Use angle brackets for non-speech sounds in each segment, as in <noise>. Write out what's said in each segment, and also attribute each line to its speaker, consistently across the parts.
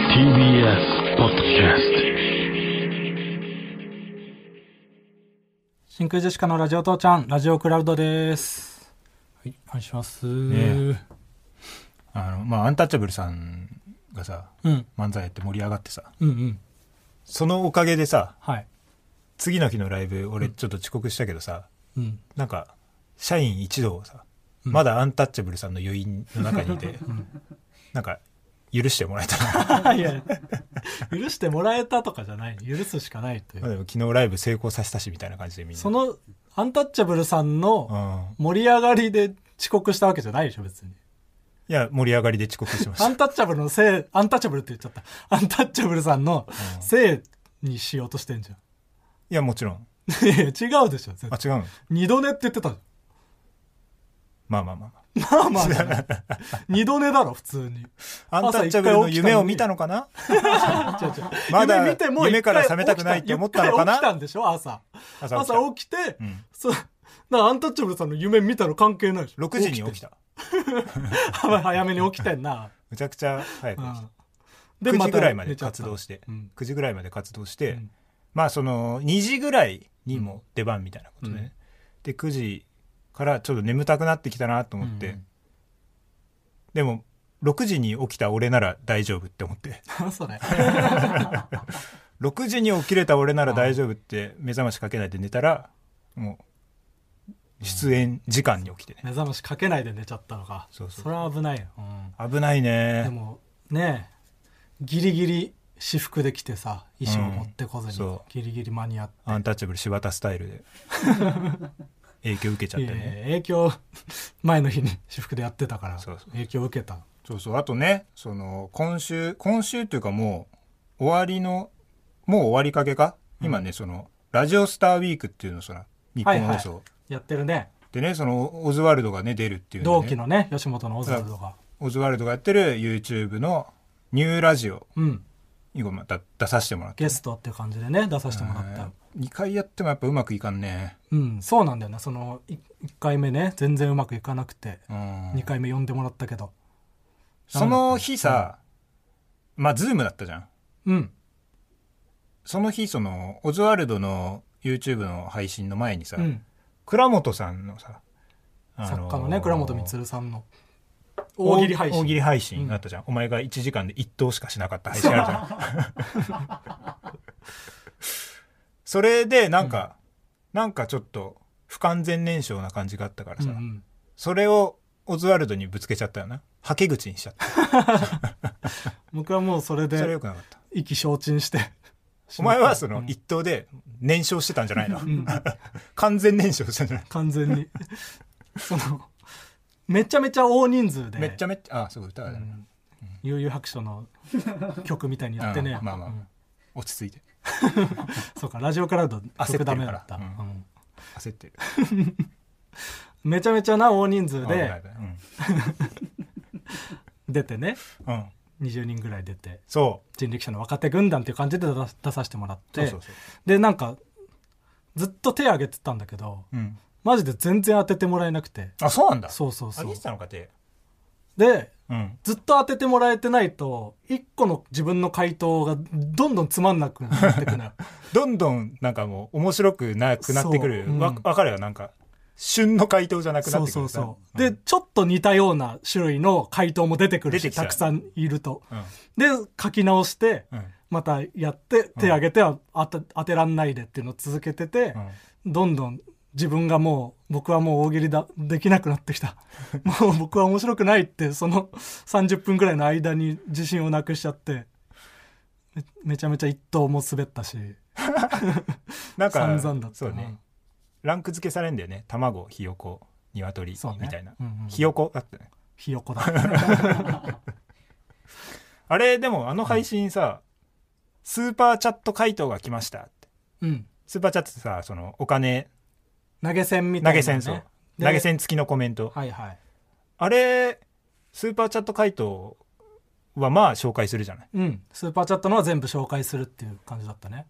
Speaker 1: TBS ポッドキャス
Speaker 2: 真空ジェシカのラジオ父ちゃんラジオクラウドですはいお願いします、
Speaker 3: ねあの、まあ、アンタッチャブルさんがさ、
Speaker 2: うん
Speaker 3: 漫才やって盛り上がってさ、
Speaker 2: うんうん
Speaker 3: そのおかげでさ、
Speaker 2: はい
Speaker 3: 次の日のライブ、俺ちょっと遅刻したけどさ、
Speaker 2: うん
Speaker 3: なんか、社員一同さ、
Speaker 2: うん
Speaker 3: まだアンタッチャブルさんの余韻の中にいて、 <laughs> なんか、許してもらえた
Speaker 2: <laughs>
Speaker 3: な。
Speaker 2: いや許してもらえたとかじゃない許すしかないとい <laughs>
Speaker 3: まあ
Speaker 2: う
Speaker 3: でも昨日ライブ成功させたし、みたいな感じでみんな。
Speaker 2: そのアンタッチャブルさん
Speaker 3: う
Speaker 2: の
Speaker 3: ん。
Speaker 2: 盛り上がりで遅刻したわけじゃないでしょ別に
Speaker 3: いや、盛り上がりで遅刻しまし
Speaker 2: ア
Speaker 3: た。
Speaker 2: ンタッチャブルのせいアンタッチャブルって言っちゃったアンタッチャブルさんの
Speaker 3: うん
Speaker 2: せいにしようとしてんじゃん
Speaker 3: いや、もちろん。
Speaker 2: いやいや違うでしょ絶
Speaker 3: あ
Speaker 2: 対、
Speaker 3: 違うの
Speaker 2: 二度寝って言ってたじゃん
Speaker 3: まあまあまあま
Speaker 2: まあまあじゃない、二度寝だろ、普通に。
Speaker 3: あ。 <laughs> アンタッチャブルの夢を見たのかな
Speaker 2: <laughs> 違う違う
Speaker 3: まだ
Speaker 2: 夢見てもう一回
Speaker 3: 夢から覚めたくないって思ったのか
Speaker 2: 一回
Speaker 3: な
Speaker 2: 起きたんでしょ、朝。
Speaker 3: 朝起き
Speaker 2: 朝
Speaker 3: た。
Speaker 2: 起きて
Speaker 3: う、ん。
Speaker 2: そう、 <laughs> なんかアンタッチャブルさんの夢見たの関係ないでしょ。
Speaker 3: 6時に起き
Speaker 2: た。
Speaker 3: た。
Speaker 2: <laughs> 早めに起きてん
Speaker 3: <laughs>
Speaker 2: な。
Speaker 3: むちゃくちゃ早く
Speaker 2: う
Speaker 3: 起きた。
Speaker 2: ん
Speaker 3: 9時ぐらいまで活動
Speaker 2: し
Speaker 3: して、
Speaker 2: うん
Speaker 3: 9時ぐらいまで活動して、
Speaker 2: うん
Speaker 3: まあその2時ぐらいにも出番みたいなことで、ね
Speaker 2: うん
Speaker 3: で9時からちょっと眠たくなってきたなと思って、
Speaker 2: うん
Speaker 3: でも6時に起きた俺なら大丈夫って思って <laughs>
Speaker 2: た。 <laughs> それ。
Speaker 3: 6時に起きれた俺なら大丈夫って目覚ましかけないで寝たらもう出演時間に起きてね、
Speaker 2: 目覚ましかけないで寝ちゃったのか。
Speaker 3: そうそう
Speaker 2: れは危ないよ。
Speaker 3: 危ない
Speaker 2: で
Speaker 3: ね
Speaker 2: も、ねえギリギリ私服で来てさ、衣装持ってこず
Speaker 3: うん
Speaker 2: に
Speaker 3: そ、う
Speaker 2: ギリギリ間に合って。
Speaker 3: アンタッチャブル柴田スタイ
Speaker 2: <laughs>
Speaker 3: ルで影響受けちゃって
Speaker 2: いやい
Speaker 3: ね
Speaker 2: や影響 <laughs> 前の日に私服でやってたから
Speaker 3: そうそう
Speaker 2: 影響を受けた
Speaker 3: そうそう。あとね、その、今週、今週というかもう、終わりの、もう終わりかけか、今ね、その、ラジオスターウィークっていうの、その、日本放送。
Speaker 2: はやってるね
Speaker 3: でね、その、オズワルドがね、出るっていう、ね。
Speaker 2: 同期のね吉本のオズワルドが
Speaker 3: オズワルドがやってる YouTube のニューラジオ
Speaker 2: うん
Speaker 3: にごめんだ出させてもらって。
Speaker 2: ゲストって感じでね出させてもらった
Speaker 3: 2回やってもやっぱうまくいかんね。
Speaker 2: うんそうなんだよなその1回目ね全然うまくいかなくて
Speaker 3: うん
Speaker 2: 2回目呼んでもらったけど
Speaker 3: その日さ、まあ、ズームだったじゃん。
Speaker 2: うん
Speaker 3: その日、その、オズワルドの YouTube の配信の前にさ、
Speaker 2: うん
Speaker 3: 倉本さんのさ、あ
Speaker 2: 作
Speaker 3: のー
Speaker 2: 家のね倉本光さんの大喜利配信
Speaker 3: 大喜利配信あったじゃん、お前が1時間で1投しかしなかった配信あるじゃん <laughs> それでなんか、なんかちょっと不完全燃焼な感じがあったから
Speaker 2: うん
Speaker 3: さ、
Speaker 2: うん
Speaker 3: それをオズワルドにぶつけちゃったよなはけ口にしちゃった
Speaker 2: 僕はもうそれ
Speaker 3: それ
Speaker 2: で
Speaker 3: よくなかった
Speaker 2: 意気消沈して
Speaker 3: お前はそ
Speaker 2: うん
Speaker 3: の一投で燃焼してたんじゃないの、完全燃焼してたんじゃない
Speaker 2: 完全に <laughs> そのめちゃめちゃ大人数で
Speaker 3: めっちゃめっちゃあそう歌だね、
Speaker 2: 悠々白書の曲みたいにやってね、
Speaker 3: うんまあまあ、
Speaker 2: うん
Speaker 3: 落ち着いて
Speaker 2: そうかラジオクラウド
Speaker 3: 焦っ
Speaker 2: 曲ダ
Speaker 3: てるから
Speaker 2: メだった、
Speaker 3: うん
Speaker 2: うん
Speaker 3: 焦ってる
Speaker 2: めちゃめちゃな大人数
Speaker 3: 危ない
Speaker 2: で
Speaker 3: 危ない
Speaker 2: 出てね
Speaker 3: うん、うん、
Speaker 2: 20人ぐらい出て
Speaker 3: そう
Speaker 2: 人力車の若手軍団っていう感じで出さ出させてもらって
Speaker 3: そうそうそう
Speaker 2: でなんかずっと手挙げてたんだけど
Speaker 3: うん、
Speaker 2: マジで全然当ててもらえなくて
Speaker 3: あそうなんだ
Speaker 2: そうそうそ
Speaker 3: あ
Speaker 2: う
Speaker 3: げてたのかて
Speaker 2: で
Speaker 3: うん
Speaker 2: ずっと当ててもらえてないと1個の自分の回答がどんどんつまんなくな
Speaker 3: <laughs>
Speaker 2: ってくのよ
Speaker 3: どんどんなんかもう面白くなくなってくる、
Speaker 2: そううん
Speaker 3: わ分かるよなんか旬の回答じゃなくな
Speaker 2: そ
Speaker 3: っ
Speaker 2: う
Speaker 3: てく
Speaker 2: そ
Speaker 3: る
Speaker 2: う
Speaker 3: さ
Speaker 2: そう、でちょっと似たような種類の回答も出てくる
Speaker 3: 出
Speaker 2: して
Speaker 3: きちゃ
Speaker 2: た
Speaker 3: う
Speaker 2: くさんいると
Speaker 3: うん
Speaker 2: で書き直して
Speaker 3: うん
Speaker 2: またやって手挙げてはあた当てらんないでっていうのを続けてて
Speaker 3: う、ん
Speaker 2: どんどん自分がもう僕はもう大喜利だできなくなってき
Speaker 3: <laughs>
Speaker 2: たもう僕は面白くないってその30分ぐらいの間に自信をなくしちゃってめめちゃめちゃ一投も滑ったし
Speaker 3: なんか
Speaker 2: 散々だった
Speaker 3: そうねランク付けされんだよね卵ひよこ鶏
Speaker 2: そうね
Speaker 3: みたいな、
Speaker 2: うんうん
Speaker 3: ひよこだったね
Speaker 2: ひよこ
Speaker 3: <laughs>
Speaker 2: だあ
Speaker 3: あれでもあの配信さ、スーパーチャット回答が来ましたって
Speaker 2: うん
Speaker 3: スーパーチャットってさそのお金
Speaker 2: 投げ銭みたいな、
Speaker 3: 投げ
Speaker 2: ね、
Speaker 3: 銭そう
Speaker 2: で
Speaker 3: 投げ銭付きのコメント
Speaker 2: はいはい
Speaker 3: あれスーパーチャット回答はまあ紹介するじゃない
Speaker 2: うんスーパーチャットのは全部紹介するっていう感じだったね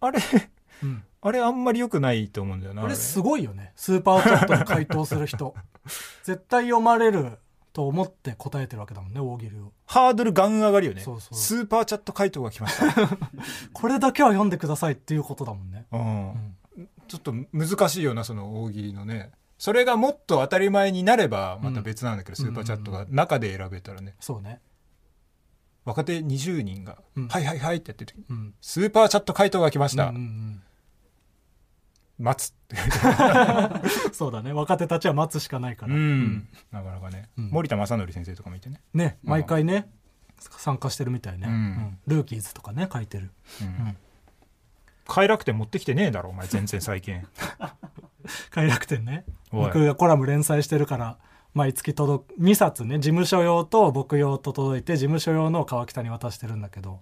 Speaker 3: あれ <laughs>
Speaker 2: うん
Speaker 3: あれあんまり良くないと思うんだよな。
Speaker 2: あ
Speaker 3: あ
Speaker 2: れ
Speaker 3: れ <laughs>
Speaker 2: すごいよねスーパーチャットに回答する人絶対読まれると思って答えてるわけだもんね大喜利を
Speaker 3: ハードルガン上がるよね
Speaker 2: そうそう
Speaker 3: スーパーチャット回答が来
Speaker 2: <laughs>
Speaker 3: ました、
Speaker 2: これだけは読んでくださいっていうことだもんね
Speaker 3: うんちょっと難しいようなその大喜利のねそれがもっと当たり前になればまた別なんだけど、
Speaker 2: うん
Speaker 3: スーパーチャットが中で選べたらね
Speaker 2: そうね
Speaker 3: 若手20人が「
Speaker 2: うん
Speaker 3: はいはいはい」ってやってる時
Speaker 2: うん
Speaker 3: スーパーチャット回答が来ました、
Speaker 2: うんうん
Speaker 3: 待つって、
Speaker 2: うんそうだね若手たちは待つしかないから、
Speaker 3: なかなかね、
Speaker 2: うん
Speaker 3: 森田正則先生とかもいてね、
Speaker 2: ね
Speaker 3: うん
Speaker 2: 毎回ね、参加してるみたいね、
Speaker 3: うん
Speaker 2: うんルーキーズとかね書いてる
Speaker 3: うん快楽天持ってきてねえだろお前全然
Speaker 2: <laughs>
Speaker 3: 最近
Speaker 2: 快楽天ね
Speaker 3: おい
Speaker 2: 僕がコラム連載してるから毎月届く2冊ね事務所用と僕用と届いて事務所用のを川北に渡してるんだけど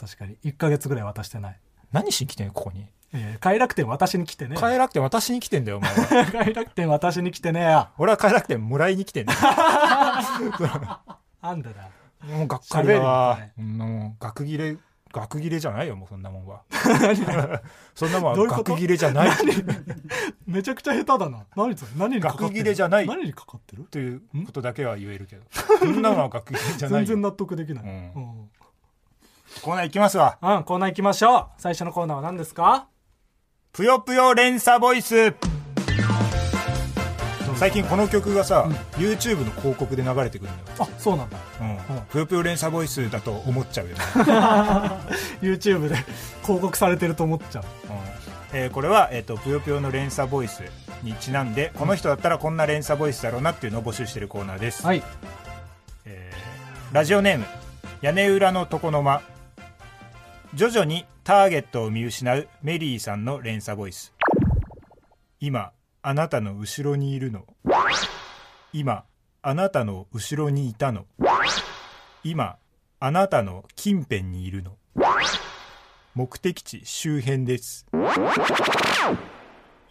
Speaker 2: 確かに1ヶ月ぐらい渡してない、
Speaker 3: 何しに来てんのここに
Speaker 2: えー、快楽天私に来てね
Speaker 3: 快楽天私に来てんだよお前は
Speaker 2: <laughs> 快楽天私に来てねえや
Speaker 3: 俺は快楽天もらいに来てんだよ
Speaker 2: <laughs> なんでだ
Speaker 3: もうがっかりだ
Speaker 2: 喋るよ
Speaker 3: わ
Speaker 2: ね
Speaker 3: そんなもん学切れ学切れじゃないよもうそんなもんは <laughs> そんなもん
Speaker 2: どう
Speaker 3: は
Speaker 2: いうこと
Speaker 3: 学切れじゃない
Speaker 2: めちゃくちゃ下手だな何それ何にかかってる
Speaker 3: 学切れじゃない
Speaker 2: 何にかかってる
Speaker 3: ということだけは言えるけどそんなもんは学切れじ
Speaker 2: <laughs>
Speaker 3: ゃな
Speaker 2: 全
Speaker 3: いよ
Speaker 2: 然納得できない、
Speaker 3: うん
Speaker 2: うん
Speaker 3: コーナー行きますわ
Speaker 2: うん、コーナー行きましょう。最初のコーナーは何ですか
Speaker 3: ぷよぷよ連鎖ボイス最近この曲がさ、YouTube の広告で流れてくるんだよ、
Speaker 2: あ、そうなんだ。
Speaker 3: うん
Speaker 2: うん
Speaker 3: ぷよぷよ連鎖ボイスだと思っちゃう <laughs> よね、
Speaker 2: YouTube で広告されてると思っちゃう。
Speaker 3: うんえーこれは、えーと「ぷよぷよの連鎖ボイス」にちなんでこの人だったらこんな連鎖ボイスだろうなっていうのを募集してるコーナーです、
Speaker 2: はい。
Speaker 3: えーラジオネーム屋根裏の床の間徐々にターゲットを見失うメリーさんの連鎖ボイス今あなたの後ろにいるの今あなたの後ろにいたの今あなたの近辺にいるの目的地周辺です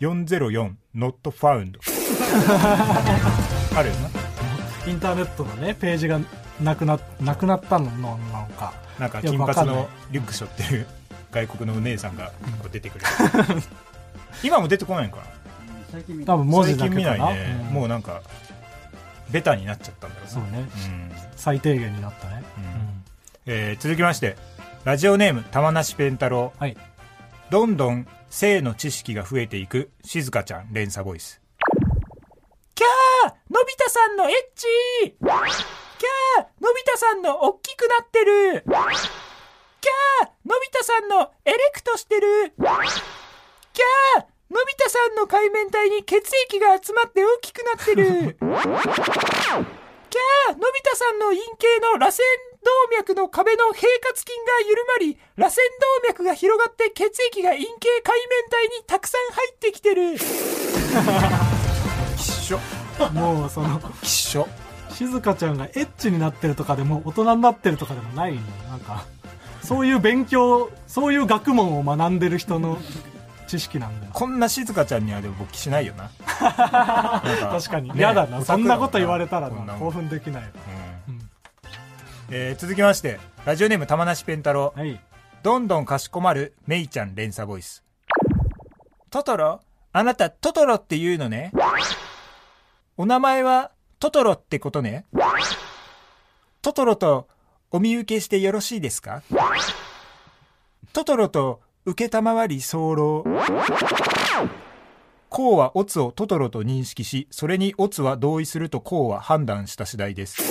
Speaker 3: 404 not found あるよな
Speaker 2: インターネットのね、ページがなくな、なくなったのなのか。
Speaker 3: なんか
Speaker 2: よ
Speaker 3: 金
Speaker 2: くわか
Speaker 3: 髪
Speaker 2: んない
Speaker 3: のリュック背負ってる外国のお姉さんがこう出て <laughs> くる今も出てこないんかな
Speaker 4: 最近見た
Speaker 2: 多分文字
Speaker 3: 最
Speaker 2: だ
Speaker 3: 近
Speaker 2: け
Speaker 3: 見な
Speaker 2: か
Speaker 3: い
Speaker 2: な。
Speaker 3: ね、
Speaker 2: うん
Speaker 3: もうなんかベタになっちゃったんだろうな
Speaker 2: そうね。
Speaker 3: うん
Speaker 2: 最低限になったね。
Speaker 3: うん
Speaker 2: うん。
Speaker 3: えー続きましてラジオネーム玉梨ペン太郎
Speaker 2: はい。
Speaker 3: どんどん性の知識が増えていく静香ちゃん連鎖ボイスキャーのび太さんのエッチキャーのび太さんのおっきくなってるキャーのび太さんのエレクトしてるキャーのび太さんの海綿体に血液が集まって大きくなってるキャーのび太さんの陰茎の螺旋動脈の壁の平滑筋が緩まり螺旋動脈が広がって血液が陰茎海綿体にたくさん入ってきてる <laughs> きっしょ
Speaker 2: もうその、
Speaker 3: きっしょ
Speaker 2: 静香ちゃんがエッチになってるとかでも、大人になってるとかでもないの。なんか、そういう勉強、そういう学問を学んでる人の知識なんだよ。
Speaker 3: こんな静香ちゃんにはでも勃起しない
Speaker 2: <laughs>
Speaker 3: よな
Speaker 2: 確かに
Speaker 3: ね
Speaker 2: 嫌だ
Speaker 3: オ
Speaker 2: な
Speaker 3: タク
Speaker 2: そんなこと言わ
Speaker 3: だ
Speaker 2: れた
Speaker 3: も
Speaker 2: ら
Speaker 3: んこんな
Speaker 2: な
Speaker 3: もん
Speaker 2: 興奮できないわ
Speaker 3: うん
Speaker 2: うん
Speaker 3: えー続きましてラジオネーム玉梨ペン太郎
Speaker 2: はい
Speaker 3: どんどんかしこまるメイちゃん連鎖ボイストトロあなたトトロって言うのねお名前はトトロってことねトトロとお見受けしてよろしいですかトトロと受けたまわり候コウはオツをトトロと認識しそれにオツは同意するとコウは判断した次第です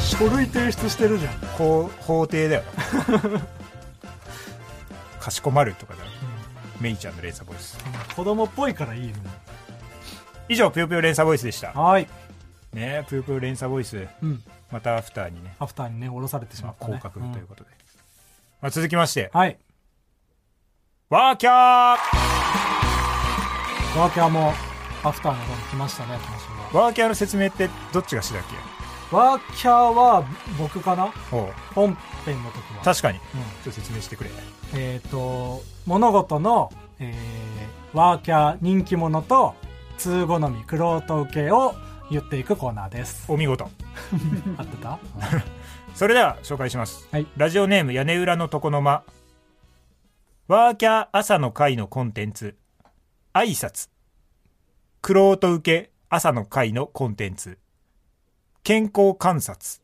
Speaker 2: 書類提出してるじゃん
Speaker 3: 法法廷だよな <laughs> かしこまるとかだよ、メイちゃんの連鎖ボイス
Speaker 2: 子供っぽいからいいよね
Speaker 3: 以上ぷよぷよ連鎖ボイスでした
Speaker 2: はい
Speaker 3: ねえぷよぷよ連鎖ボイス
Speaker 2: うん
Speaker 3: またアフターにね、
Speaker 2: アフターにね降ろされてしま
Speaker 3: ま
Speaker 2: っ
Speaker 3: あ、
Speaker 2: たね
Speaker 3: 降格ということで、まあ、続きまして
Speaker 2: うんはい
Speaker 3: ワーキャー
Speaker 2: ワーキャーもアフターの方に来ましたね今週は
Speaker 3: ワーキャーの説明ってどっちがしだっ
Speaker 2: ワーキャーは僕かな
Speaker 3: けおう
Speaker 2: 本編の時は
Speaker 3: 確かにち
Speaker 2: うん
Speaker 3: ょっと説明してくれ
Speaker 2: えっ、と物事の、えーワーキャー人気者と通好みクロート受けを言っていくコーナーです
Speaker 3: お見事
Speaker 2: 合ってた
Speaker 3: それでは紹介します、
Speaker 2: はい
Speaker 3: ラジオネーム屋根裏の床の間ワーキャー朝の会のコンテンツ挨拶クロート受け朝の会のコンテンツ健康観察、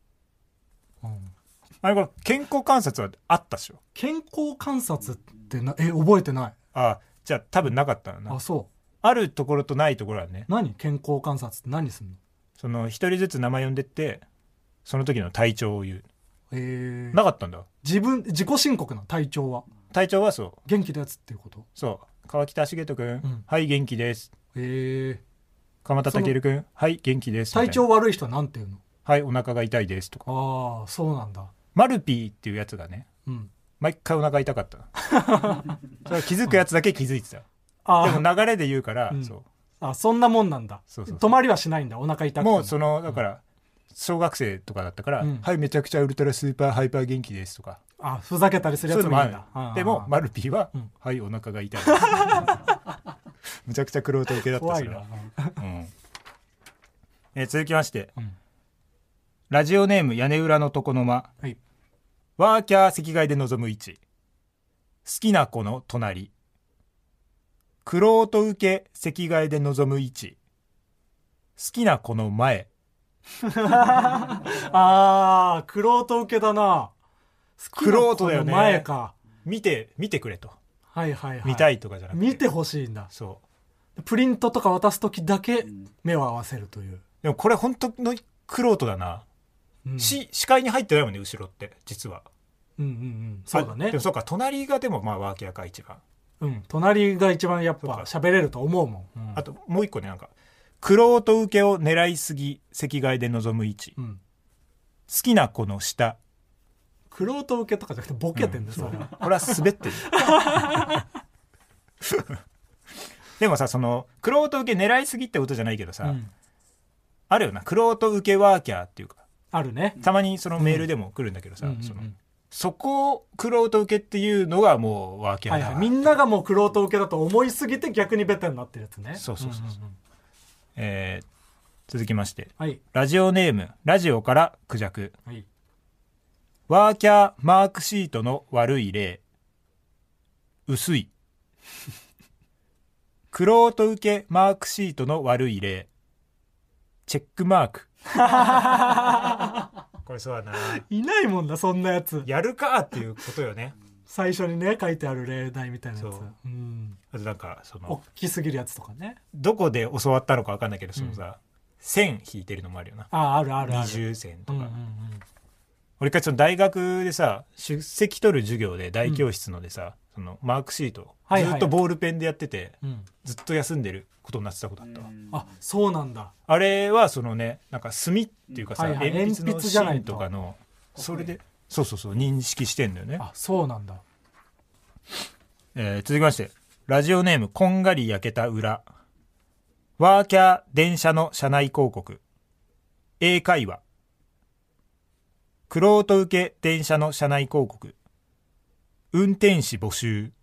Speaker 3: あれこれ健康観察はあったでしょ
Speaker 2: 健康観察ってなえ覚えてない
Speaker 3: あじゃあ多分なかったのな
Speaker 2: あそ
Speaker 3: あるところとないところはね
Speaker 2: う何健康観察って何すんの
Speaker 3: その一人ずつ名前呼んでってその時の体調を言う
Speaker 2: えー
Speaker 3: なかったんだ
Speaker 2: 自分自己申告なの体調は
Speaker 3: 体調はそう
Speaker 2: 元気なやつっていうこと
Speaker 3: そう川北茂人君、
Speaker 2: ん
Speaker 3: はい元気です
Speaker 2: え
Speaker 3: 鎌田健君はい元気です
Speaker 2: ー、体
Speaker 3: み
Speaker 2: 調悪い人は何て言う
Speaker 3: たいなはいお腹が痛いですとか
Speaker 2: のああそうなんだ
Speaker 3: マルピーっていうやつがね
Speaker 2: うん
Speaker 3: 毎回お腹痛かった
Speaker 2: <laughs>
Speaker 3: のそれ気づくやつだけ気づいてた
Speaker 2: あ
Speaker 3: で
Speaker 2: ー
Speaker 3: も流れで言うから、
Speaker 2: うん
Speaker 3: そ
Speaker 2: あそんなもんなんだ
Speaker 3: そうそうそう
Speaker 2: 止まりはしないんだお腹痛くて
Speaker 3: うもうそのだから小学生とかだったから「
Speaker 2: うん
Speaker 3: はいめちゃくちゃウルトラスーパーハイパー元気です」とか
Speaker 2: あふざけたりする
Speaker 3: そうい
Speaker 2: やつも
Speaker 3: うのも
Speaker 2: いいん
Speaker 3: ある
Speaker 2: だあー
Speaker 3: でもマルピーは、
Speaker 2: うん
Speaker 3: はいお腹が痛
Speaker 2: <laughs>
Speaker 3: いです」むちゃくちゃ苦労と受けだった
Speaker 2: 怖
Speaker 3: そ
Speaker 2: い
Speaker 3: れは
Speaker 2: な
Speaker 3: うんえー続きまして、
Speaker 2: うん
Speaker 3: ラジオネーム屋根裏の床の間
Speaker 2: はい
Speaker 3: ワーキャー席外で望む位置好きな子の隣クロート受け席外で望む位置好きな子の前
Speaker 2: ああ、クロート受けだな。
Speaker 3: 玄人だよね
Speaker 2: この前か。
Speaker 3: 見て見てくれと
Speaker 2: はいはいはい。
Speaker 3: 見たいとかじゃなくて、
Speaker 2: 見てほしいんだ。
Speaker 3: そ
Speaker 2: プリントとか渡すときだけ目を合わせるという。
Speaker 3: うでもこれ本当のクロートだな、
Speaker 2: うん、
Speaker 3: し視界に入ってないもんね後ろって実は
Speaker 2: うんうんうん。そうだ
Speaker 3: あ
Speaker 2: ね
Speaker 3: でも。そうか隣がでもまあワーキャーか一番
Speaker 2: うん。隣が一番やっぱ
Speaker 3: そう
Speaker 2: 喋れると思うもん。うん
Speaker 3: あともう一個ねなんか「クロート受けを狙いすぎ席外で望む位置」
Speaker 2: うん。
Speaker 3: 好きな子の下」
Speaker 2: クロート受けとかじゃなくてボケてんだよ、それは。
Speaker 3: これは滑ってる <laughs> でもさそのクロート受け狙いすぎってことじゃないけどさ、
Speaker 2: うん
Speaker 3: あるよなクロート受けワーキャーっていうか
Speaker 2: あるね。
Speaker 3: たまにそのメールでも来るんだけどさ、
Speaker 2: うんうんうん
Speaker 3: そのそこをクロート受けっていうのがもうワーキャ
Speaker 2: は
Speaker 3: ー
Speaker 2: い
Speaker 3: だ、
Speaker 2: はい。みんながもうクロート受けだと思いすぎて逆にベタになってるやつね。
Speaker 3: そうそうそうそうん
Speaker 2: んん
Speaker 3: えー続きまして
Speaker 2: はい。
Speaker 3: ラジオネームラジオからクジャク
Speaker 2: はい。
Speaker 3: ワーキャーマークシートの悪い例。薄い。 <laughs> クロート受けマークシートの悪い例。チェックマーク。 <laughs> これそうだな。
Speaker 2: いないもんだ、そんなやつ。
Speaker 3: やるかっていうことよね。
Speaker 2: 最初にね、書いてある例題みたいなやつ
Speaker 3: そう。
Speaker 2: うん。
Speaker 3: あとなんか、そ
Speaker 2: 大
Speaker 3: の、
Speaker 2: きすぎるやつとかね
Speaker 3: どこで教わったのかわかんないけど、そのさ、線引いてるのもあるよな。
Speaker 2: ああるあるあ
Speaker 3: 二
Speaker 2: る
Speaker 3: 重線と
Speaker 2: うん
Speaker 3: か。
Speaker 2: うん
Speaker 3: 俺一回その大学でさ、出席取る授業で大教室のでさ、そのマークシート、
Speaker 2: はいはい
Speaker 3: ずっとボールペンでやってて、
Speaker 2: うんうん
Speaker 3: ずっと休んでることになってたことあったわ、
Speaker 2: あそうなんだ
Speaker 3: あれはそのねなんか墨っていうかさ、
Speaker 2: はいはい
Speaker 3: 鉛筆の
Speaker 2: 鉛筆じゃない
Speaker 3: 芯
Speaker 2: と
Speaker 3: とかのそれでそうそうそう認識してんだよね、
Speaker 2: あそうなんだ
Speaker 3: えー続きましてラジオネームこんがり焼けた裏ワーキャー電車の車内広告英会話クロート受け電車の車内広告運転士募集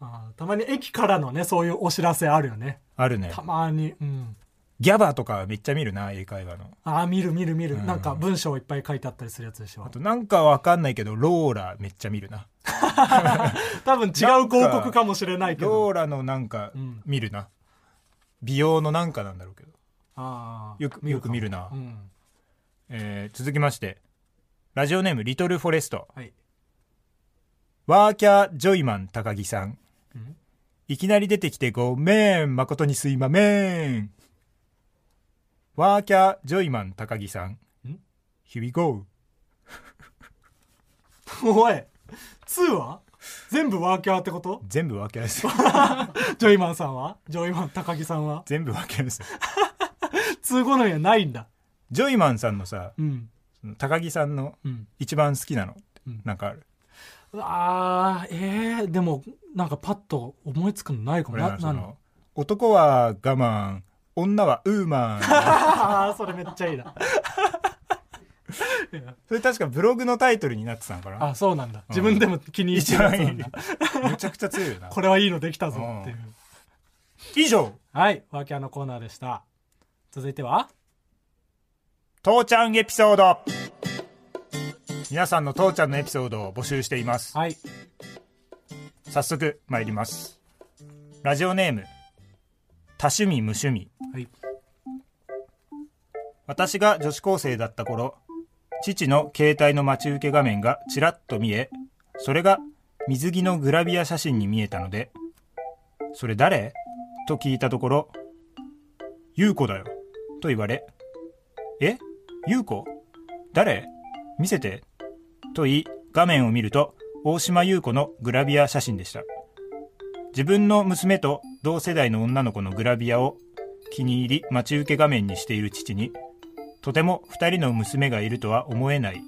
Speaker 2: あたまに駅からのねそういうお知らせあるよね
Speaker 3: あるね
Speaker 2: たまにうん
Speaker 3: ギャバとかめっちゃ見るな英会話の
Speaker 2: あ見る見る見る、
Speaker 3: うん
Speaker 2: なんか文章いっぱい書いてあったりするやつでし
Speaker 3: あ
Speaker 2: ょ
Speaker 3: となんかわかんないけどローラめっちゃ見るな
Speaker 2: 多分違う
Speaker 3: なん
Speaker 2: 広
Speaker 3: か
Speaker 2: 告かもしれないけ
Speaker 3: ロー
Speaker 2: ど
Speaker 3: ラのなんか
Speaker 2: うん
Speaker 3: 見るな、美容のなんかなんだろうけど
Speaker 2: あー
Speaker 3: よくよく見るな、
Speaker 2: うん
Speaker 3: えー続きましてラジオネームリトルフォレスト
Speaker 2: はい <laughs>
Speaker 3: ワーキャージョイマン高木さん
Speaker 2: うん
Speaker 3: いきなり出てきてごめん誠にすいまめんワーキャージョイマン高木さん
Speaker 2: ん
Speaker 3: Here we go
Speaker 2: おい2は全部ワーキャーってこと
Speaker 3: 全部ワーキャーです <laughs>
Speaker 2: ジョイマンさんはジョイマン高木さんは
Speaker 3: 全部ワーキャーです
Speaker 2: 2好みはないんだ
Speaker 3: ジョイマンさんのさ
Speaker 2: うん
Speaker 3: その高木さんの
Speaker 2: うん
Speaker 3: 一番好きなの
Speaker 2: うん
Speaker 3: なんかある
Speaker 2: あええーでもなんかパッと思いつくのないかも
Speaker 3: 俺
Speaker 2: な
Speaker 3: はそ
Speaker 2: なの
Speaker 3: の男は我慢女はウー
Speaker 2: <laughs>
Speaker 3: マン
Speaker 2: あーそれめっちゃいいな
Speaker 3: それ確かブログのタイトルになってたのかな
Speaker 2: <laughs> あそうなんだ自分でも気に入って
Speaker 3: 一
Speaker 2: るや
Speaker 3: 番
Speaker 2: つ
Speaker 3: い
Speaker 2: ないんだ
Speaker 3: めちゃくちゃ強いよな
Speaker 2: これはいいのできたぞっていう
Speaker 3: う以上
Speaker 2: はいワーキャーのコーナーでした続いては
Speaker 3: 父ちゃんエピソード皆さんの父ちゃんのエピソードを募集しています
Speaker 2: はい
Speaker 3: 早速参りますラジオネーム多趣味無趣味
Speaker 2: はい。
Speaker 3: 私が女子高生だった頃父の携帯の待ち受け画面がちらっと見えそれが水着のグラビア写真に見えたので「それ誰?」と聞いたところ「優子だよ」と言われ「え優子誰見せて」と言い画面を見ると大島優子のグラビア写真でした自分の娘と同世代の女の子のグラビアを気に入り待ち受け画面にしている父にとても2人の娘がいるとは思えない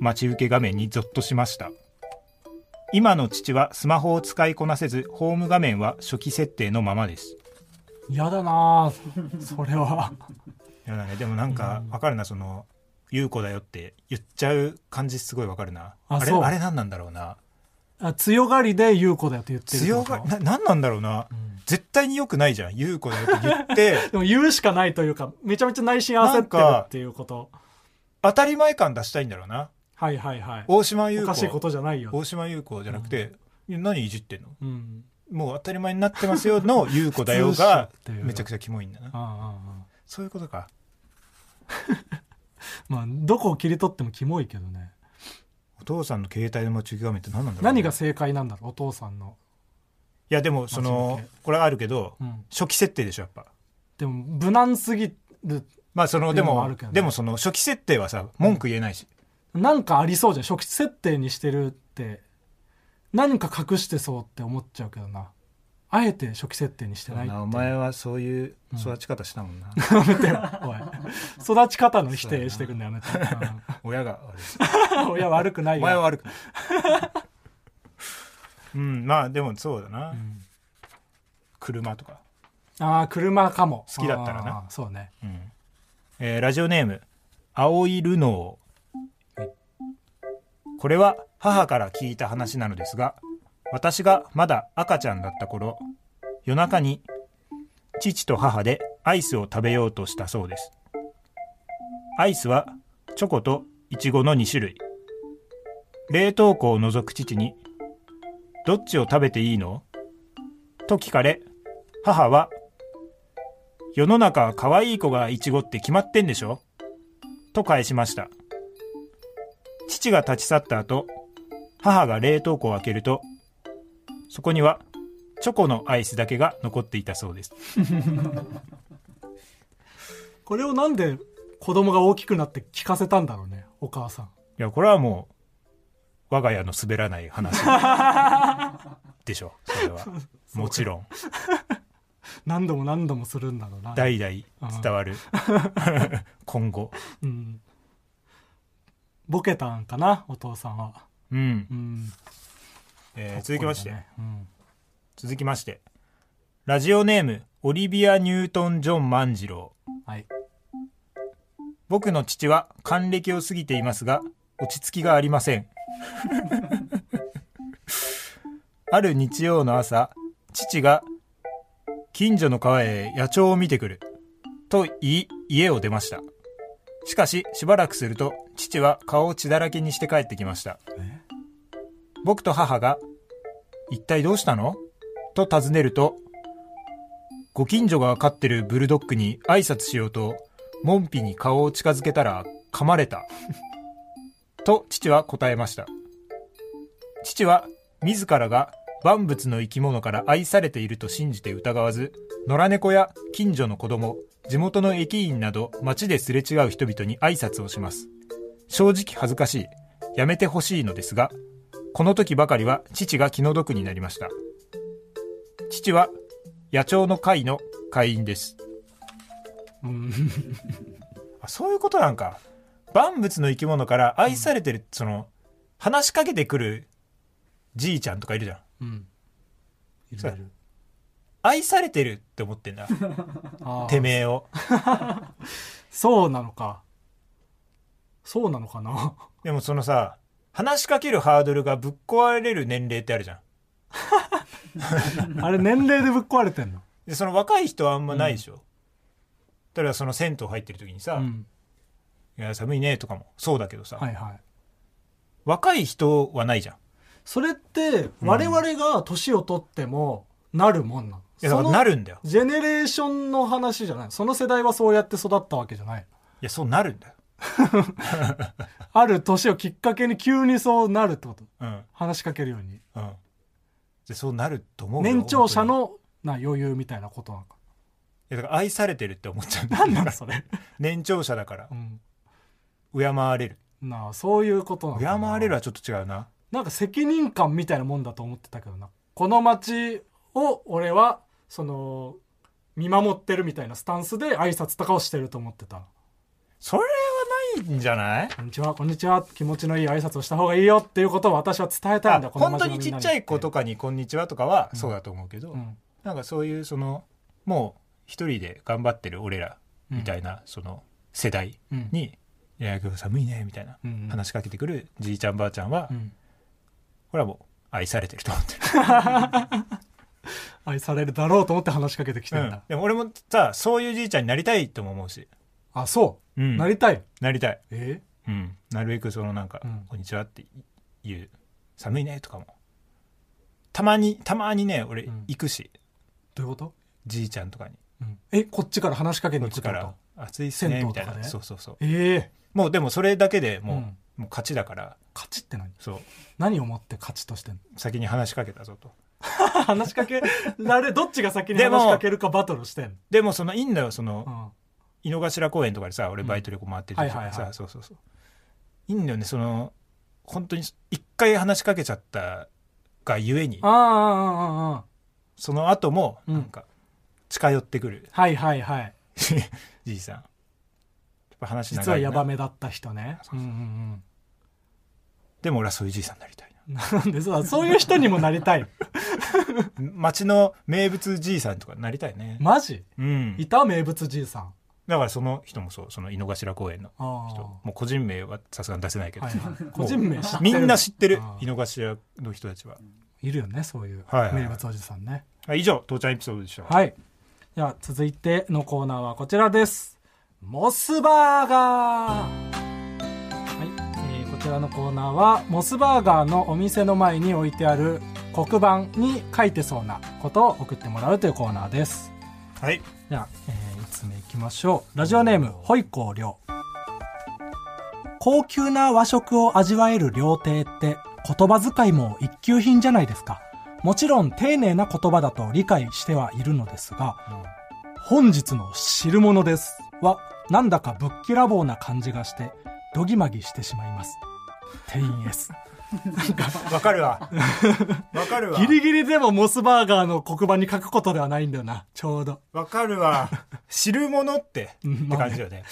Speaker 3: 待ち受け画面にゾッとしました今の父はスマホを使いこなせずホーム画面は初期設定のままです
Speaker 2: 嫌だなぁそれは。
Speaker 3: いやだねでもなんかわかるなその優子だよって言っちゃう感じすごいわかるなあ
Speaker 2: あ
Speaker 3: れ
Speaker 2: そう
Speaker 3: あれ何なんだろうな
Speaker 2: あ強がりで優子だよって言ってるって
Speaker 3: 強
Speaker 2: こと。
Speaker 3: がな何なんだろうな、絶対に良くないじゃん優子だよって言って <laughs>
Speaker 2: でも言うしかないというか、めちゃめちゃ内心焦ってるっていうこと。
Speaker 3: 当たり前感出したいんだろうな
Speaker 2: はいはいはい。
Speaker 3: 大島
Speaker 2: お
Speaker 3: 優
Speaker 2: かしいこ
Speaker 3: 子
Speaker 2: とじゃないよ。
Speaker 3: 大島優子じゃなくて、いや何いじってんの
Speaker 2: うん。
Speaker 3: もう当たり前になってま
Speaker 2: <laughs>
Speaker 3: すよの優子だよがめちゃくちゃキモいんだな
Speaker 2: ああああ
Speaker 3: そういうことか
Speaker 2: まあ、どこを切り取ってもキモいけどね。
Speaker 3: お父さんの携帯の待ち受け画面って何なんだろうな
Speaker 2: 何が正解なんだろう、お父さんの。
Speaker 3: いやでもその
Speaker 2: 待ち受
Speaker 3: これはあるけど、
Speaker 2: うん
Speaker 3: 初期設定でしょやっぱ
Speaker 2: でも、無難すぎる。
Speaker 3: まあそので
Speaker 2: っていうのも
Speaker 3: も
Speaker 2: あるけどね
Speaker 3: でもその初期設定はさ文句言えないし、
Speaker 2: なんかありそうじゃん。初期設定にしてるって、何か隠してそうって思っちゃうけどな。あえて初期設定にしてないっていう。
Speaker 3: お前はそういう育ち方したも
Speaker 2: <laughs>
Speaker 3: んな、
Speaker 2: おい
Speaker 3: <laughs>
Speaker 2: 育ち方の否定してくんのやめて。
Speaker 3: 親が悪い
Speaker 2: うんいや、悪くな
Speaker 3: お
Speaker 2: い
Speaker 3: 前は
Speaker 2: よ。<laughs>
Speaker 3: 悪くないうんまあでもそうだな、
Speaker 2: ん
Speaker 3: 車とか、
Speaker 2: ああ、車かも。
Speaker 3: 好きだったらな
Speaker 2: あー。そうね。
Speaker 3: うんえーラジオネーム青いルノーこれは母から聞いた話なのですが私がまだ赤ちゃんだった頃夜中に父と母でアイスを食べようとしたそうですアイスはチョコとイチゴの2種類冷凍庫を除く父に「どっちを食べていいの?」と聞かれ母は「世の中可愛い子がイチゴって決まってんでしょ?」と返しました父が立ち去った後母が冷凍庫を開けるとそこにはチョコのアイスだけが残っていたそうです
Speaker 2: これをなんで子供が大きくなって聞かせたんだろうね、お母さん。
Speaker 3: いや、これはもう、我が家の滑らない話でしょ、それは。もちろん、
Speaker 2: 何度も何度もするんだろうな。
Speaker 3: 代々伝わる。今後。
Speaker 2: うん。ボケたんかな、お父さんは。
Speaker 3: うん
Speaker 2: う。ん。
Speaker 3: えー続きまして、
Speaker 2: こうだね
Speaker 3: 続きまして。ラジオネーム、オリビア・ニュートン・ジョン万次郎。
Speaker 2: うん。はい。
Speaker 3: 僕の父は還暦を過ぎていますが、落ち着きがありません。 <laughs> ある日曜の朝、父が、近所の川へ野鳥を見てくる。と言い、家を出ました。しかし、しばらくすると、父は顔を血だらけにして帰ってきました。僕と母が、一体どうしたのと尋ねると、ご近所が飼ってるブルドッグに挨拶しようと、モンピに顔を近づけたら噛まれた。 <laughs> と父は答えました。父は自らが万物の生き物から愛されていると信じて疑わず、野良猫や近所の子供、地元の駅員など街ですれ違う人々に挨拶をします。正直恥ずかしい。やめてほしいのですが、この時ばかりは父が気の毒になりました。父は野鳥の会の会員です。
Speaker 2: うん。
Speaker 3: あそういうことなんか万物の生き物から愛されてる、その話しかけてくるじいちゃんとかいるじゃ
Speaker 2: う
Speaker 3: ん
Speaker 2: ん。い
Speaker 3: そ
Speaker 2: るい
Speaker 3: う
Speaker 2: る。
Speaker 3: 愛されてるって思ってんだ
Speaker 2: <laughs> あー
Speaker 3: てめえを
Speaker 2: そうなのか。そうなのか
Speaker 3: <laughs>
Speaker 2: な。
Speaker 3: でもそのさ話しかけるハードルがぶっ壊れる年齢ってあるじゃん
Speaker 2: あれ、年齢でぶっ壊れてんの。
Speaker 3: でその若い人はあんまないでしょ、例えばその銭湯入ってる時にさ「
Speaker 2: うん。
Speaker 3: いや寒いね」とかもそうだけどさ、
Speaker 2: はいはい。
Speaker 3: 若い人はないじゃん
Speaker 2: それって我々が年を取ってもなるもんなの、
Speaker 3: やだか
Speaker 2: そ
Speaker 3: ら
Speaker 2: の
Speaker 3: なるんだよ
Speaker 2: ジェネレーションの話じゃないその世代はそうやって育ったわけじゃない
Speaker 3: いやそうなるんだよ、
Speaker 2: ある年をきっかけに急にそうなるってこと
Speaker 3: うん
Speaker 2: 話しかけるように
Speaker 3: うん、でそうなると思うよ
Speaker 2: 年長者
Speaker 3: 本
Speaker 2: のな余裕みたいなことなのか
Speaker 3: 当にいやだから愛されてるって思っちゃうんだよ
Speaker 2: 何なんだそれ、
Speaker 3: 年長者だから
Speaker 2: うん、
Speaker 3: 敬われる
Speaker 2: なあそういうことなの
Speaker 3: 敬
Speaker 2: かな
Speaker 3: われるはちょっと違うな
Speaker 2: なんか責任感みたいなもんだと思ってたけどなこの街を俺はその見守ってるみたいなスタンスで挨拶とかをしてると思ってた
Speaker 3: それはないんじゃない
Speaker 2: こんにちはこんにちは気持ちのいい挨拶をした方がいいよっていうことを私は伝えたいんだ
Speaker 3: あ
Speaker 2: この
Speaker 3: 本
Speaker 2: 街
Speaker 3: 当
Speaker 2: の
Speaker 3: に
Speaker 2: み
Speaker 3: ち
Speaker 2: んな
Speaker 3: っちゃい子とかに「こんにちは」とかは
Speaker 2: うん
Speaker 3: そうだと思うけど、
Speaker 2: うん
Speaker 3: なんかそういうそのもう一人で頑張ってる俺らみたいな、その世代
Speaker 2: うん
Speaker 3: に「いや今日寒いね」みたいな、
Speaker 2: うんうん
Speaker 3: 話しかけてくるじいちゃんばあちゃんは、
Speaker 2: うん
Speaker 3: これはもう愛されてると思ってる、
Speaker 2: 愛されるだろうと思って話しかけてきて
Speaker 3: うんん
Speaker 2: だ、
Speaker 3: でも俺もさそういうじいちゃんになりたいとも思うし、
Speaker 2: あそう、
Speaker 3: うん
Speaker 2: なりたい
Speaker 3: なりたい、
Speaker 2: え
Speaker 3: うん、なるべくそのなんか「
Speaker 2: うん
Speaker 3: こんにちは」って言う「寒いね」とかもたまにたまにね俺
Speaker 2: うん
Speaker 3: 行くし、
Speaker 2: どういうこと、
Speaker 3: じいちゃんとかに
Speaker 2: うんえこっちから話しかけに
Speaker 3: こっ
Speaker 2: 行く
Speaker 3: ち
Speaker 2: って
Speaker 3: か
Speaker 2: こと
Speaker 3: ら「暑いっすね」
Speaker 2: 銭湯
Speaker 3: み
Speaker 2: と
Speaker 3: た
Speaker 2: か
Speaker 3: い
Speaker 2: で
Speaker 3: なそうそうそう
Speaker 2: ええ
Speaker 3: もうでもそれだけでもう,、
Speaker 2: うん
Speaker 3: もう勝ちだから
Speaker 2: 勝ちって何
Speaker 3: そう
Speaker 2: 何をもって勝ちとしてんの
Speaker 3: 先に話しかけたぞと
Speaker 2: <laughs> 話しかけられどっちが先に
Speaker 3: でも
Speaker 2: 話しかけるかバトルしてんの
Speaker 3: でもそのいいんだよその、
Speaker 2: うん
Speaker 3: 井の頭公園とかでさ俺バイトでこう回ってる時と
Speaker 2: はい
Speaker 3: か
Speaker 2: はいは
Speaker 3: さ
Speaker 2: い
Speaker 3: そうそうそういいんだよねその本当に一回話しかけちゃったがゆえに
Speaker 2: ああああああ
Speaker 3: その後も
Speaker 2: うん
Speaker 3: なんか近寄ってくる <laughs>
Speaker 2: はいはいはい
Speaker 3: じいさんやっぱ話
Speaker 2: 実は
Speaker 3: 長いな
Speaker 2: ヤバめだった人ね
Speaker 3: そううんそうそうんでも俺はそういうじいさんになりたい
Speaker 2: うん <laughs> なんでそうそういう人にもなりたい <laughs>
Speaker 3: な町の名物じいさんとかなりたいね、
Speaker 2: マジ
Speaker 3: うん
Speaker 2: いた名物じいさん
Speaker 3: だからその人もそうその井の頭公園の
Speaker 2: あ
Speaker 3: 人
Speaker 2: あ
Speaker 3: もう個人名はさすがに出せないけど、
Speaker 2: はい <laughs> はい
Speaker 3: もう
Speaker 2: 個人名知ってる
Speaker 3: <laughs> みんな知ってる
Speaker 2: あー
Speaker 3: 井の頭の人たちはい
Speaker 2: るよねそういう
Speaker 3: はいはいはい
Speaker 2: 名物おじさんね
Speaker 3: はい以上父ちゃんエピソードでした、
Speaker 2: はいでは続いてのコーナーはこちらですモスバーガーはい、えーこちらのコーナーはモスバーガーのお店の前に置いてある黒板に書いてそうなことを送ってもらうというコーナーです
Speaker 3: はい
Speaker 2: じゃあ、えー、1つ目いきましょう。ラジオネーム、ホイコーりょう。高級な和食を味わえる料亭って、言葉遣いも一級品じゃないですか。もちろん、丁寧な言葉だと理解してはいるのですが、本日の汁物です。は、なんだかぶっきらぼうな感じがして、どぎまぎしてしまいます。店員
Speaker 3: <laughs>
Speaker 2: S。
Speaker 3: わか
Speaker 2: <laughs>
Speaker 3: るわ。わかるわ。
Speaker 2: ギリギリでもモスバーガーの黒板に書くことではないんだよな、ちょうど。
Speaker 3: わかるわ。知るものって、
Speaker 2: うん
Speaker 3: って感じだよね。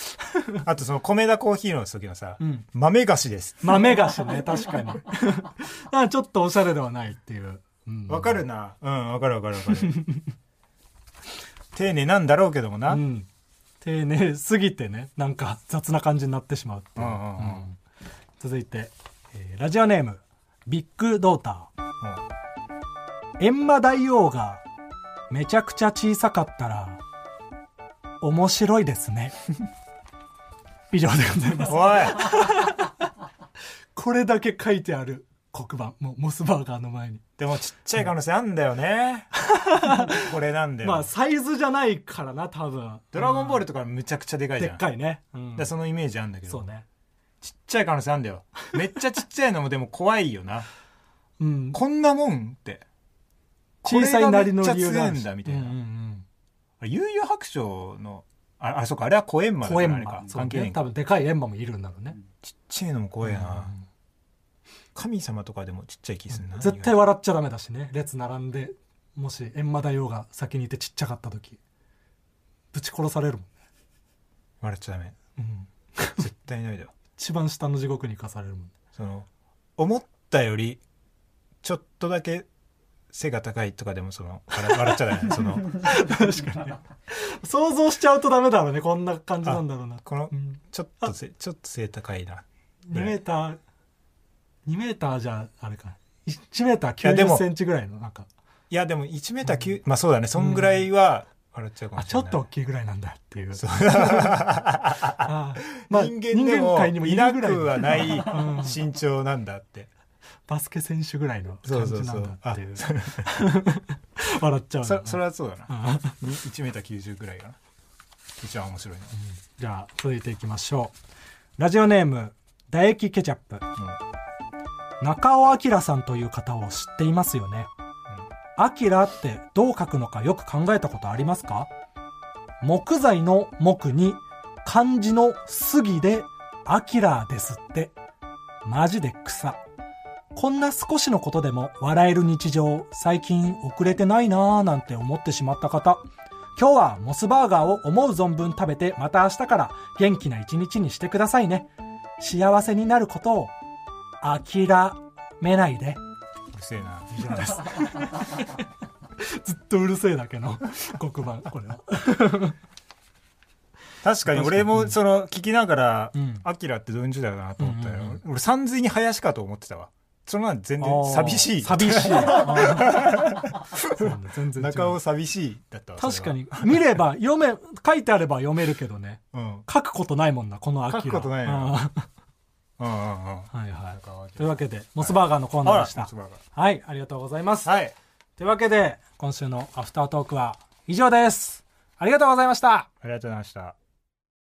Speaker 3: あとその、米田コーヒーの時のさ、
Speaker 2: うん
Speaker 3: 豆菓子です。
Speaker 2: 豆菓子ね、 <laughs> 確かに。あちょっとおしゃれではないっていう。うん
Speaker 3: わかるな。うん、わかるわかるわか
Speaker 2: <laughs>
Speaker 3: る。丁寧なんだろうけどもな。
Speaker 2: う
Speaker 3: うん
Speaker 2: ん。丁寧すぎてね、なんか雑な感じになってしまうって
Speaker 3: う
Speaker 2: い
Speaker 3: んう
Speaker 2: う。
Speaker 3: んうん。
Speaker 2: 続いて、えーラジオネーム、ビッグドーター。閻魔大王がめちゃくちゃ小さかったら、面白いですね。 <laughs> 以上でございます。
Speaker 3: おい
Speaker 2: これだけ書いてある黒板、もうモスバーガーの前に。
Speaker 3: でもちっちゃい可能性あんだよ
Speaker 2: <laughs>
Speaker 3: ね。これなんだよ。
Speaker 2: まあ、サイズじゃないからな、多分。
Speaker 3: ドラゴンボールとかむちゃくちゃでかい
Speaker 2: で
Speaker 3: じゃん。
Speaker 2: っ
Speaker 3: だか
Speaker 2: かいね。うん
Speaker 3: らそのイメージあんだけど。
Speaker 2: そうね。
Speaker 3: ちっちゃい可能性あんだよ。めっちゃちっちゃいのもでも怖いよな。
Speaker 2: うん。
Speaker 3: こんなもんって。
Speaker 2: 小さいなりの理由
Speaker 3: これが
Speaker 2: があ
Speaker 3: めっちゃ強い
Speaker 2: る
Speaker 3: ん
Speaker 2: し
Speaker 3: だみたいな
Speaker 2: うんうんうん
Speaker 3: あれ悠々白書のああそうかあれは小閻魔だか
Speaker 2: 小
Speaker 3: ら
Speaker 2: 閻
Speaker 3: あれ
Speaker 2: 魔
Speaker 3: か
Speaker 2: そう
Speaker 3: 関係ない
Speaker 2: ね多分でかい閻魔もいるんだろうね
Speaker 3: ちっちゃいのも怖いな、神様とかでもちっちゃい気するな、
Speaker 2: 絶対笑っちゃダメだしね列並んでもし閻魔大王が先にいてちっちゃかった時ぶち殺されるも
Speaker 3: 笑っちゃダメ
Speaker 2: んね、うん、
Speaker 3: 絶対ないだよ
Speaker 2: 一番下の地獄に行かされるもんね
Speaker 3: その思ったよりちょっとだけ背が高いとかでもその笑笑っちゃダメその
Speaker 2: 想像しちゃうとダメだろうねこんな感じなんだろうな
Speaker 3: この
Speaker 2: うん
Speaker 3: ちょっとせちょっと背高いな
Speaker 2: 2メーター2メーターじゃあれか1メーター
Speaker 3: やでも
Speaker 2: 90センチぐらいのなんか
Speaker 3: いやでも 1m9、まあそうだねそんぐらいは笑っちゃうかも
Speaker 2: あ
Speaker 3: し
Speaker 2: ち
Speaker 3: れ
Speaker 2: ょ
Speaker 3: ない
Speaker 2: っと大きいぐらいなんだっていう
Speaker 3: そ
Speaker 2: <laughs>
Speaker 3: う
Speaker 2: ああまあ
Speaker 3: 人間で
Speaker 2: 人間
Speaker 3: も
Speaker 2: 界にもい
Speaker 3: い
Speaker 2: る
Speaker 3: な
Speaker 2: ぐらいの
Speaker 3: くはない
Speaker 2: うん
Speaker 3: 身長なんだって
Speaker 2: バスケ選手ぐらいの
Speaker 3: そ
Speaker 2: 感
Speaker 3: う
Speaker 2: じ
Speaker 3: そう
Speaker 2: な
Speaker 3: そ
Speaker 2: ん
Speaker 3: う
Speaker 2: だっていう
Speaker 3: あ
Speaker 2: 笑っちゃうな
Speaker 3: そそれはそうだな
Speaker 2: あー
Speaker 3: 1メーター90ぐらいかな一番面白いな
Speaker 2: <laughs> じゃあ続いていきましょうラジオネーム唾液ケチャップ中尾明さんという方を知っていますよね明ってどう書くのかよく考えたことありますか木材の木に漢字の杉で明ですってマジで草こんな少しのことでも笑える日常最近遅れてないなぁなんて思ってしまった方今日はモスバーガーを思う存分食べてまた明日から元気な一日にしてくださいね幸せになることを諦めないで
Speaker 3: うんうるせえな
Speaker 2: 以上です <laughs> ずっとうるせえだけの黒板これは
Speaker 3: 確かに俺もその聞きながら
Speaker 2: うん
Speaker 3: 「アキラってどういうん字だよなと思ったよ、
Speaker 2: うんうん
Speaker 3: 俺さんずいに林かと思ってたわそんなん全然寂しい
Speaker 2: 寂
Speaker 3: <laughs>
Speaker 2: しいあーそうなんだ全然違う
Speaker 3: 中尾寂しいだったわそれは
Speaker 2: 確かに見れば読め書いてあれば読めるけどね
Speaker 3: うん
Speaker 2: 書くことないもんなこの秋は
Speaker 3: 書くことないよ
Speaker 2: あ
Speaker 3: うんうんうん
Speaker 2: ーはいは
Speaker 3: 中尾明
Speaker 2: いというわけでモスバーガーのコーナーでした
Speaker 3: あらモスバーガー
Speaker 2: はいありがとうございます、
Speaker 3: はい
Speaker 2: というわけで今週のアフタートークは以上ですありがとうございました
Speaker 3: ありがとうございました